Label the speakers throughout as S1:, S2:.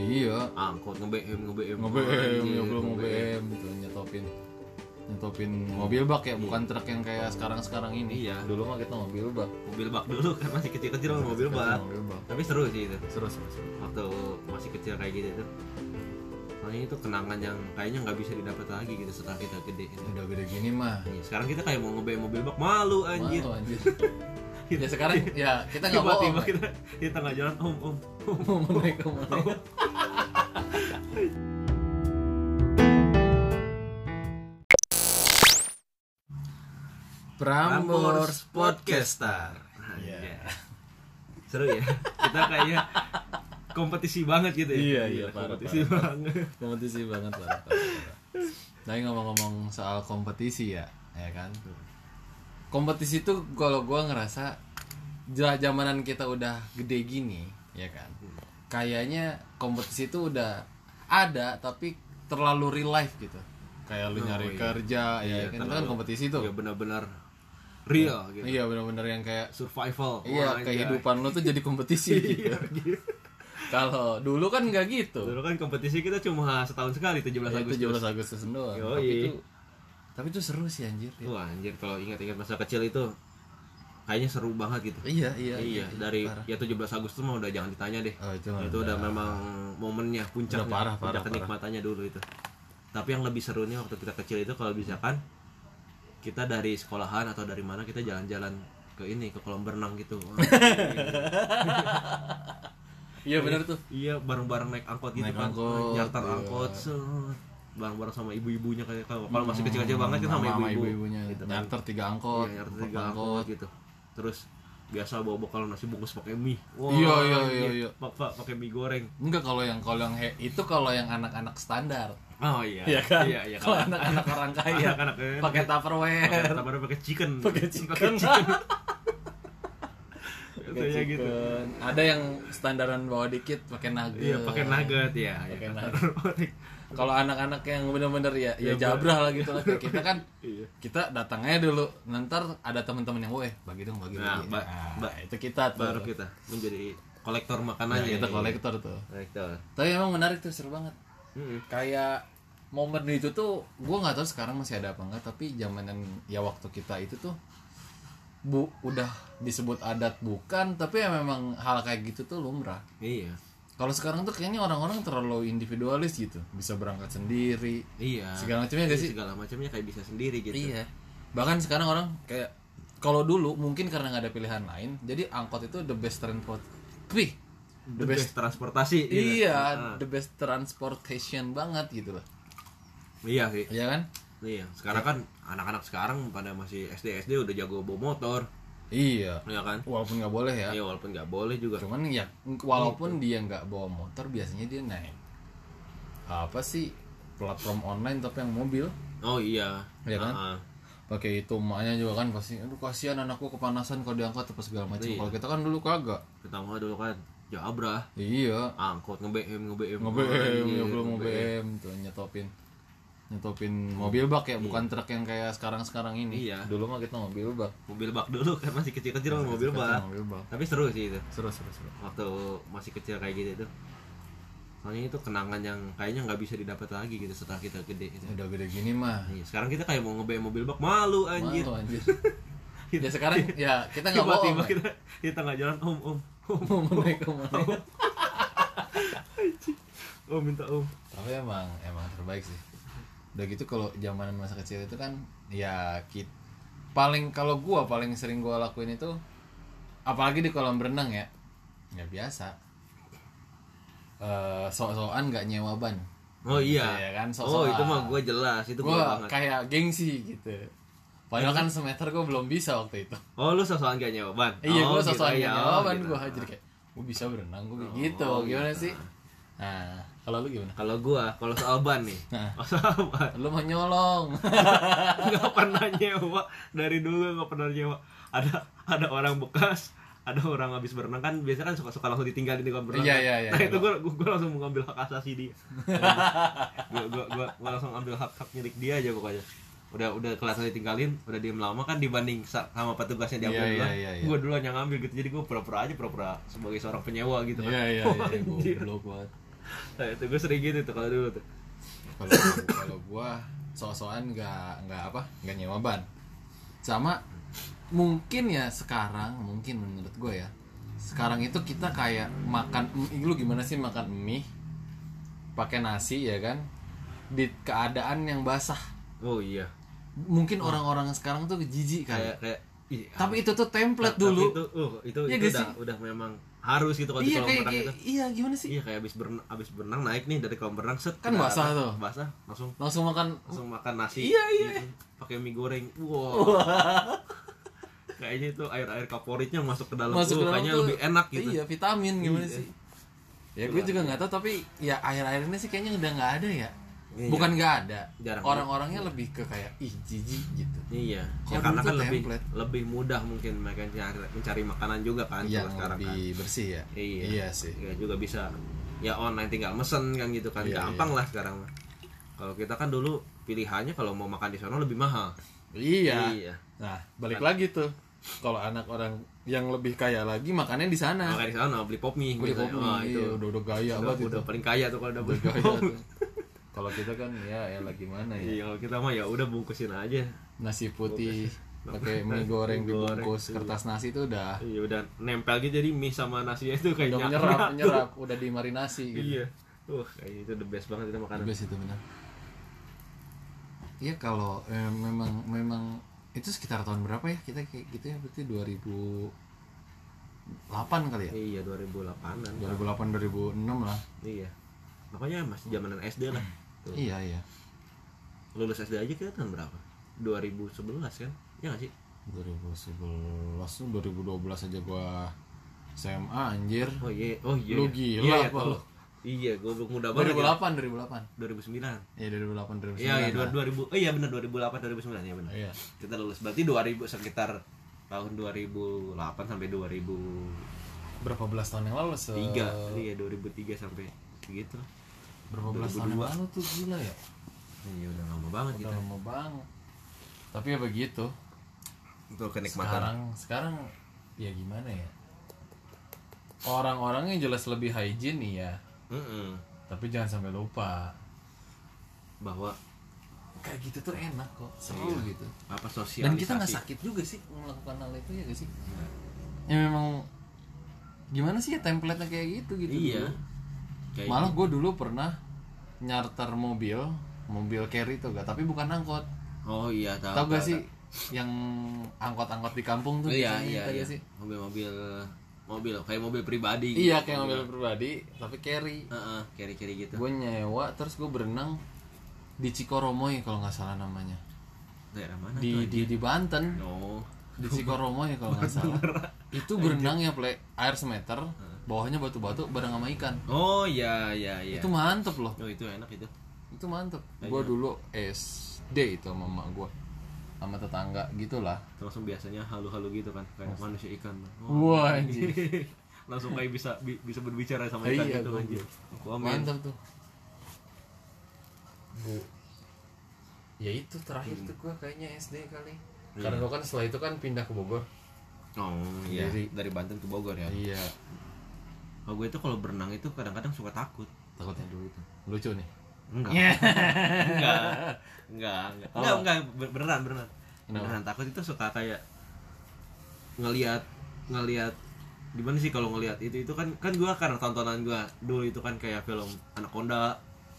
S1: iya
S2: angkot nge BM nge BM
S1: nge BM ya belum nge BM gitu nyetopin nyetopin mobil bak ya bukan truk yang kayak sekarang sekarang ini
S2: Iya.
S1: dulu mah kita mobil bak
S2: mobil bak dulu kan masih kecil-kecil mobil
S1: Sekarang
S2: bak
S1: mobil bak
S2: tapi seru sih itu
S1: seru seru seru
S2: waktu masih kecil kayak gitu tuh soalnya itu kenangan yang kayaknya nggak bisa didapat lagi gitu setelah kita gede gitu.
S1: udah gede gini mah
S2: Iya, sekarang kita kayak mau nge BM mobil bak malu anjir
S1: Malu, anjir. ya sekarang ya kita nggak bohong
S2: tiba-tiba kita di tengah jalan om om om
S1: mau menaik ke mana Prambors
S2: Prambors
S1: Podcast
S2: Podcaster.
S1: Iya.
S2: Iya. Seru ya. Kita kayaknya kompetisi banget gitu ya.
S1: Iya, iya,
S2: Gila,
S1: parah,
S2: kompetisi banget.
S1: kompetisi banget lah Tapi ngomong-ngomong soal kompetisi ya ya kan kompetisi itu kalau gua ngerasa ja- zamanan kita udah gede gini ya kan kayaknya kompetisi itu udah ada tapi terlalu real life gitu kayak lu
S2: Oh,
S1: nyari
S2: iya.
S1: kerja ya
S2: Iya,
S1: kan itu kan
S2: terlalu-
S1: kompetisi tuh
S2: Ya benar-benar real gitu.
S1: iya benar-benar yang kayak
S2: Survival.
S1: iya
S2: Wah, anjay.
S1: kehidupan lu tuh jadi kompetisi
S2: Iya,
S1: gitu. kalau dulu kan nggak gitu
S2: Dulu kan kompetisi kita cuma setahun sekali 17
S1: Ya,
S2: Agustus.
S1: 17 Agustus doang.
S2: Yoi.
S1: Tapi itu tapi itu seru sih anjir. Ya.
S2: Wah, anjir kalau ingat-ingat masa kecil itu kayaknya seru banget gitu.
S1: Iya, iya,
S2: Iya, dari
S1: parah.
S2: ya 17 Agustus mah udah jangan ditanya deh.
S1: Oh, itu mah
S2: itu udah memang momennya
S1: Udah
S2: puncaknya
S1: parah,
S2: puncak
S1: parah,
S2: kenikmatannya dulu itu tapi yang lebih serunya waktu kita kecil itu kalau misalkan kita dari sekolahan atau dari mana kita jalan-jalan ke ini ke kolam berenang gitu Wah,
S1: Iya benar tuh.
S2: iya bareng-bareng naik angkot gitu
S1: Naik
S2: kan
S1: angkot,
S2: nyarter
S1: iya.
S2: angkot set. bareng-bareng sama ibu-ibunya kayak kalau kalau
S1: Hmm,
S2: masih kecil-kecil banget kan sama ibu-ibu
S1: ibunya
S2: gitu kan.
S1: nyantar tiga
S2: Iya,
S1: angkot,
S2: nyarter
S1: empat
S2: tiga angkot gitu terus biasa bawa bekal nasi bungkus pakai mie Wah,
S1: Iya, iya, iya,
S2: anjir.
S1: iya.
S2: pak pak, pakai mie goreng
S1: Enggak kalau yang kalau yang he- itu kalau yang anak-anak standar.
S2: oh iya
S1: Iya kan?
S2: iya iya
S1: kalau
S2: kan.
S1: anak-anak orang kaya
S2: Anak-anak kaya.
S1: pakai
S2: Pakai
S1: Tupperware,
S2: Tupperware, pakai chicken
S1: pakai chicken. Pakai
S2: Biasanya gitu
S1: chicken. Ada yang standaran bawah dikit pakai nugget.
S2: iya pakai nugget ya ya.
S1: Pakai Kalau anak-anak yang bener-bener ya ya jabrah lah gitu lah. Kayak Kita kan
S2: Iya.
S1: kita datangnya dulu. Ntar ada teman-teman yang, "Weh, bagi dong, bagi
S2: Nah,
S1: dong."
S2: ba- ba-
S1: itu kita tuh.
S2: baru kita menjadi kolektor
S1: Nah,
S2: makanannya
S1: kita
S2: Iya.
S1: kolektor tuh.
S2: kolektor
S1: Tapi emang menarik tuh seru banget.
S2: Mm-mm.
S1: Kayak momen itu tuh gue nggak tahu sekarang masih ada apa enggak tapi zamanan ya waktu kita itu tuh bu udah disebut adat bukan tapi ya memang hal kayak gitu tuh lumrah
S2: iya
S1: kalau sekarang tuh kayaknya orang-orang terlalu individualis gitu bisa berangkat sendiri
S2: iya
S1: segala macamnya gak
S2: Iya,
S1: sih
S2: segala macamnya kayak bisa sendiri gitu
S1: Iya. Bahkan sekarang orang kayak kalau dulu mungkin karena nggak ada pilihan lain, jadi angkot itu the best transport. Wih,
S2: the best transportasi gitu.
S1: Iya,
S2: Ah,
S1: the best transportation banget gitu loh.
S2: iya sih
S1: Iya kan?
S2: iya sekarang kan anak-anak sekarang pada masih SD SD udah jago bawa motor
S1: Iya.
S2: ya kan
S1: Walaupun nggak boleh ya.
S2: Iya walaupun nggak boleh juga
S1: Cuman ya walaupun dia nggak bawa motor, biasanya dia naik apa sih platform online tapi yang mobil
S2: oh iya
S1: Iya kan?
S2: Ah, ah.
S1: pakai itu emaknya juga kan pasti aduh kasihan anakku kepanasan kalau diangkut apa segala macam
S2: Iya.
S1: kalau kita kan dulu kagak
S2: kita mau dulu kan jabra
S1: iya
S2: angkot nge BM nge BM iya,
S1: nge-BM ya belum nge-BM tuh nyetopin nyetopin mobil bak ya bukan truk yang kayak sekarang-sekarang ini
S2: Iya.
S1: dulu mah kita mobil bak
S2: mobil bak dulu kan masih kecil-kecil sama mobil bak
S1: mobil bak
S2: tapi seru sih itu
S1: seru seru seru
S2: waktu masih kecil kayak gitu tuh soalnya itu kenangan yang kayaknya nggak bisa didapat lagi gitu setelah kita gede gitu.
S1: udah gede gini mah
S2: Iya, sekarang kita kayak mau nge-BM mobil bak malu anjir
S1: Malu, anjir ya sekarang ya kita nggak bohong
S2: tiba-tiba
S1: ya.
S2: kita di tengah jalan om om om
S1: mau menaik ke mana
S2: om minta om
S1: tapi emang emang terbaik sih udah gitu kalau zamanan masa kecil itu kan ya kit paling kalau gua paling sering gua lakuin itu apalagi di kolam renang ya ya biasa eh sok-sokan nggak nyewa ban
S2: oh iya
S1: Iya kan,
S2: oh
S1: sok-sokan.
S2: itu mah gue jelas itu gue
S1: gua
S2: banget
S1: kayak gengsi gitu padahal kan semeter gua belum bisa waktu itu
S2: oh lu sosokan gak nyewa ban
S1: iya
S2: oh,
S1: gua sok-sokan
S2: gitu,
S1: nggak
S2: iya,
S1: nyewa
S2: oh,
S1: ban
S2: gitu.
S1: gua hajar kayak gua bisa berenang gua
S2: Oh,
S1: gitu gimana
S2: gitu.
S1: sih nah kalau lu gimana
S2: kalau gua kalau soal ban nih Oh,
S1: Nah.
S2: soal ban
S1: lu mau nyolong
S2: nggak pernah nyewa dari dulu nggak pernah nyewa ada ada orang bekas ada orang habis berenang kan biasanya kan suka suka langsung ditinggalin di kolam berenang
S1: Iya,
S2: kan.
S1: iya, iya.
S2: nah itu gue gue langsung mengambil hak asasi dia gue gue gue langsung ambil hak hak milik dia aja pokoknya udah udah kelihatan ditinggalin udah diem lama kan dibanding sa- sama petugasnya diambil
S1: Iya,
S2: duluan
S1: iya, iya, iya.
S2: gue duluan yang ngambil gitu jadi gue pura-pura aja pura-pura sebagai seorang penyewa gitu kan
S1: Iya iya iya
S2: Wah,
S1: goblok banget.
S2: nah, itu gue sering gitu tuh kalau dulu tuh
S1: kalau kalau gua sok-sokan nggak nggak apa nggak nyewa ban sama mungkin ya sekarang mungkin menurut gua ya sekarang itu kita kayak makan mie, lu gimana sih makan mie pakai nasi ya kan di keadaan yang basah
S2: oh iya
S1: mungkin orang-orang sekarang tuh jijik
S2: kayak
S1: kayak
S2: kayak ih,
S1: tapi itu tuh template
S2: tapi
S1: dulu
S2: itu uh, itu,
S1: Iya
S2: itu
S1: gak
S2: udah udah memang harus gitu kalau di
S1: iya
S2: kolam
S1: kayak,
S2: renang
S1: kayak-
S2: itu
S1: iya gimana sih
S2: iya kayak abis berenang abis berenang naik nih dari kolam renang set
S1: Kan
S2: ke
S1: basah
S2: atas,
S1: tuh.
S2: basah langsung
S1: langsung makan
S2: langsung makan nasi
S1: Iya, iya.
S2: gitu, pakai mie goreng wow kayaknya itu air air kaporitnya masuk ke dalam
S1: masuk
S2: tuh,
S1: ke dalam
S2: kayaknya
S1: tuh,
S2: lebih enak gitu
S1: iya vitamin gimana
S2: Iya.
S1: sih ya gue
S2: Itulah.
S1: juga nggak tahu tapi ya akhir-akhir ini sih kayaknya udah nggak ada ya
S2: Iya.
S1: bukan nggak ada
S2: Jarang.
S1: orang-orangnya lebih ke kayak ih jijik gitu
S2: Iya,
S1: Kalau
S2: ya, karena
S1: dulu
S2: kan
S1: tuh
S2: lebih
S1: template.
S2: lebih mudah mungkin mereka mencari, mencari makanan juga kan
S1: yang
S2: kalau sekarang
S1: Iya, lebih
S2: kan.
S1: bersih ya
S2: Iya.
S1: sih
S2: Ya juga bisa ya online tinggal mesen kan gitu kan
S1: Iya,
S2: gampang lah sekarang mah. Kalau kita kan dulu pilihannya kalau mau makan di sono lebih mahal.
S1: iya
S2: Iya.
S1: nah balik lagi tuh kalau anak orang yang lebih kaya lagi makannya di sana
S2: Makan di sono beli pop mie
S1: beli
S2: gitu.
S1: kopi
S2: Wah, itu
S1: iya, udah udah gaya
S2: udah,
S1: banget itu
S2: udah paling kaya tuh kalau udah
S1: udah
S2: beli
S1: gaya
S2: pop.
S1: tuh. kalau kita kan ya ya lagi mana ya
S2: Iya, kalau kita mah ya udah bungkusin aja.
S1: nasi putih pakai mie goreng
S2: Mie goreng,
S1: dibungkus
S2: iya.
S1: kertas nasi itu udah
S2: Iya, udah nempel gitu jadi mie sama nasinya itu kayak
S1: udah
S2: nyatu.
S1: menyerap menyerap udah dimarinasi gitu
S2: Iya. Wah, kayaknya itu the best banget itu makanan.
S1: Bebas itu benar iya kalau eh, memang memang itu sekitar tahun berapa ya kita kayak gitu ya berarti 2008 kali ya
S2: Iya, 2008-an.
S1: 2008 2006 lah
S2: Iya. Makanya masih zamanan SD lah. Tuh.
S1: iya iya
S2: Lulus SD aja kita tahun berapa? 2011 kan? Iya gak sih?
S1: 2011 tuh 2012 aja gua SMA anjir
S2: Oh iya, oh iya.
S1: Lu
S2: iya.
S1: gila
S2: iya, iya,
S1: apa
S2: tahu.
S1: lu?
S2: Iya, gue muda banget. ya.
S1: 2008 2008
S2: 2009.
S1: iya 2008 2009
S2: Iya, iya,
S1: lah.
S2: 2000. Oh iya benar 2008 2009 ya benar.
S1: iya
S2: Kita lulus berarti 2000 sekitar tahun 2008 sampai 2003.
S1: berapa belas tahun yang lalu se
S2: Iya, 2003 sampai gitu.
S1: berapa belas tahun yang
S2: 2002.
S1: lalu tuh gila ya
S2: Iya, udah lama banget
S1: udah
S2: kita.
S1: lama banget tapi ya begitu
S2: Itu kenikmatan.
S1: sekarang sekarang ya gimana ya orang-orangnya jelas lebih hygiene iya
S2: Mm-mm.
S1: tapi jangan sampai lupa
S2: Bahwa
S1: kayak gitu tuh enak kok seru
S2: Iya.
S1: gitu
S2: apa sosialisasi.
S1: dan kita nggak sakit juga sih melakukan hal itu ya gak sih
S2: Iya.
S1: ya memang gimana sih ya template kayak gitu gitu
S2: Iya.
S1: dulu.
S2: Kayak
S1: malah gue dulu pernah nyarter mobil mobil carry tuh gak tapi bukan angkot
S2: Oh iya tahu.
S1: tau gak sih yang angkot-angkot di kampung tuh
S2: Iya
S1: biasanya,
S2: iya
S1: tau
S2: iya.
S1: gak sih
S2: Mobil-mobil mobil kayak mobil pribadi.
S1: iya kayak mobil pribadi tapi carry
S2: Heeh, kiri-kiri gitu.
S1: gue nyewa terus gue berenang di Cikoromoy kalau nggak salah namanya
S2: Daerah mana
S1: di
S2: tuh? Oh.
S1: di di Banten
S2: No.
S1: di Cikoromoy kalau nggak salah itu berenang ya play air semeter bawahnya batu-batu bareng sama ikan
S2: Oh iya iya iya.
S1: itu mantep loh
S2: Oh itu enak itu.
S1: itu mantep gue dulu SD itu sama emak gue sama tetangga gitulah
S2: Langsung biasanya halu-halu gitu kan kayak manusia ikan. Oh.
S1: wah anjir
S2: Langsung kayak bisa bi- bisa berbicara sama ikan
S1: Iya,
S2: gitu
S1: gua-
S2: anjir. Komen.
S1: mantep tuh bu ya itu terakhir tuh gue kayaknya SD kali karena gue kan setelah itu kan pindah ke Bogor
S2: Oh iya.
S1: Jadi-
S2: Dari Banten ke Bogor ya.
S1: iya
S2: Kalau gue itu kalau berenang itu kadang-kadang suka takut.
S1: takutnya dulu itu lucu nih
S2: Enggak. enggak. Enggak, enggak. Enggak, enggak Ber- beneran, beneran.
S1: Kenapa?
S2: Beneran Nah, takut itu suka kayak ngelihat ngelihat gimana sih kalau ngelihat itu itu kan kan gua karena tontonan gua dulu itu kan kayak film Anaconda,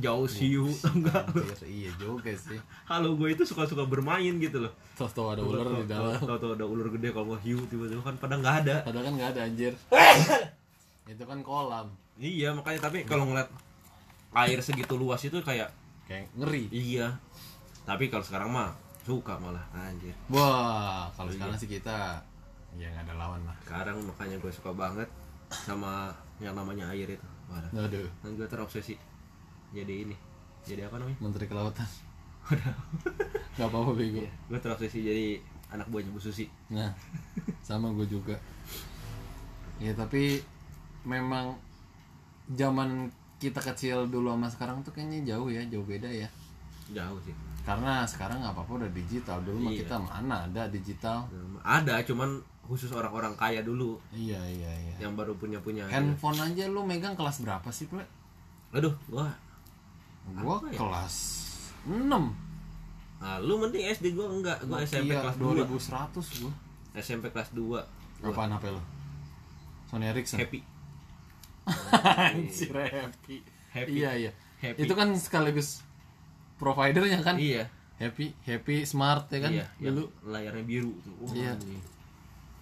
S2: Jauh
S1: Iya.
S2: Siu, enggak.
S1: Anjir, iya juga sih
S2: Halo gue itu suka-suka bermain gitu loh.
S1: Terus tau ada ular di dalam
S2: Tahu-tahu ada ular gede kalau mau hiu tiba-tiba kan pada nggak ada.
S1: padahal kan nggak ada anjir itu kan kolam
S2: Iya, makanya tapi kalau ngeliat air segitu luas itu kayak
S1: kayak ngeri
S2: iya. Tapi kalau sekarang mah suka malah anjir.
S1: wah kalau sekarang sih kita ya nggak ada lawan lah
S2: sekarang makanya gue suka banget sama yang namanya air itu parah
S1: aduh
S2: dan gue Nah, terobsesi jadi ini jadi apa namanya
S1: menteri kelautan nggak apa-apa bego
S2: gue terobsesi jadi anak buahnya bu susi
S1: Nah, sama gue juga. Ya tapi memang zaman kita kecil dulu sama sekarang tuh kayaknya jauh ya, jauh beda ya.
S2: jauh sih
S1: Karena sekarang nggak apa-apa udah digital dulu mah
S2: Iya.
S1: kita mana ada digital.
S2: ada cuman khusus orang-orang kaya dulu
S1: Iya iya iya.
S2: yang baru punya punya
S1: Kan? Handphone aja lu megang kelas berapa sih, Ple?
S2: aduh gua
S1: Gua
S2: Apa ya?
S1: kelas 6
S2: ah, lu mending SD gua enggak gua SMP
S1: Nokia
S2: kelas
S1: 2100 gua
S2: 2 SMP kelas 2
S1: Apaan HP lo? Sony Ericsson
S2: happy
S1: Anjir happy.
S2: Happy.
S1: Iya iya
S2: Happy.
S1: Itu kan sekaligus providernya kan
S2: iya
S1: Happy Happy Smart ya kan
S2: iya yang
S1: Dulu
S2: layarnya biru tuh Wah,
S1: Iya.
S2: ini.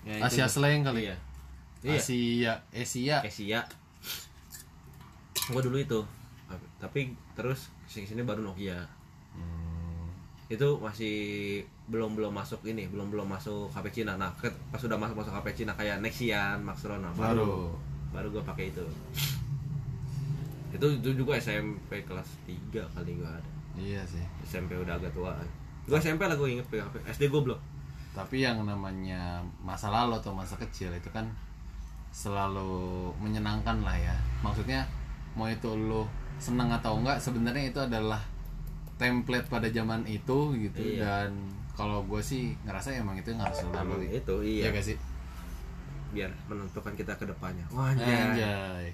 S2: Ya, itu
S1: Asia
S2: tuh.
S1: Slang kali
S2: iya iya
S1: Asia Asia
S2: Asia Eh, gua dulu itu tapi terus kesini sini baru Nokia Hmm. itu masih belum belum masuk ini belum belum masuk HP Cina nah ke- pas sudah masuk masuk HP Cina kayak Nexian Maxron nah, baru
S1: Baru
S2: baru gue pakai itu itu itu juga SMP kelas 3 kali gue ada
S1: Iya sih
S2: SMP udah agak tua gue SMP lah gue inget pakai HP SD gue belum
S1: Tapi yang namanya masa lalu atau masa kecil itu kan selalu menyenangkan lah ya. Maksudnya mau itu lo senang atau enggak sebenarnya itu adalah template pada zaman itu gitu
S2: Iya.
S1: dan kalau gue sih ngerasa emang itu yang harus lo
S2: Emang
S1: lalui.
S2: itu, iya.
S1: gak sih?
S2: biar menentukan kita ke depannya wah anjay.
S1: Anjay.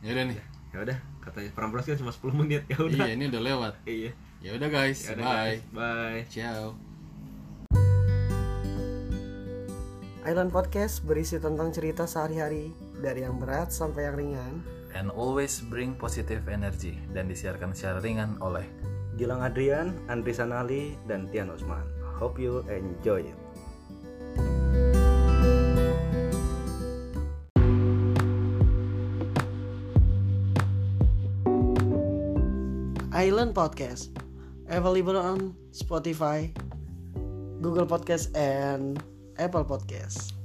S1: Ya udah nih.
S2: ya udah katanya perambulan kan cuma 10 menit ya udah
S1: Iya, ini udah lewat.
S2: iya
S1: Ya udah guys,
S2: Eh, Ya udah,
S1: bye.
S2: guys. bye
S1: Ciao.
S3: Island Podcast berisi tentang cerita sehari-hari dari yang berat sampai yang ringan.
S4: and always bring positive energy dan disiarkan secara ringan oleh
S5: Gilang Adrian, Andri Sanali, dan Tian Usman. Hope you enjoy it.
S3: Island Podcast available on Spotify, Google Podcast, and Apple Podcast.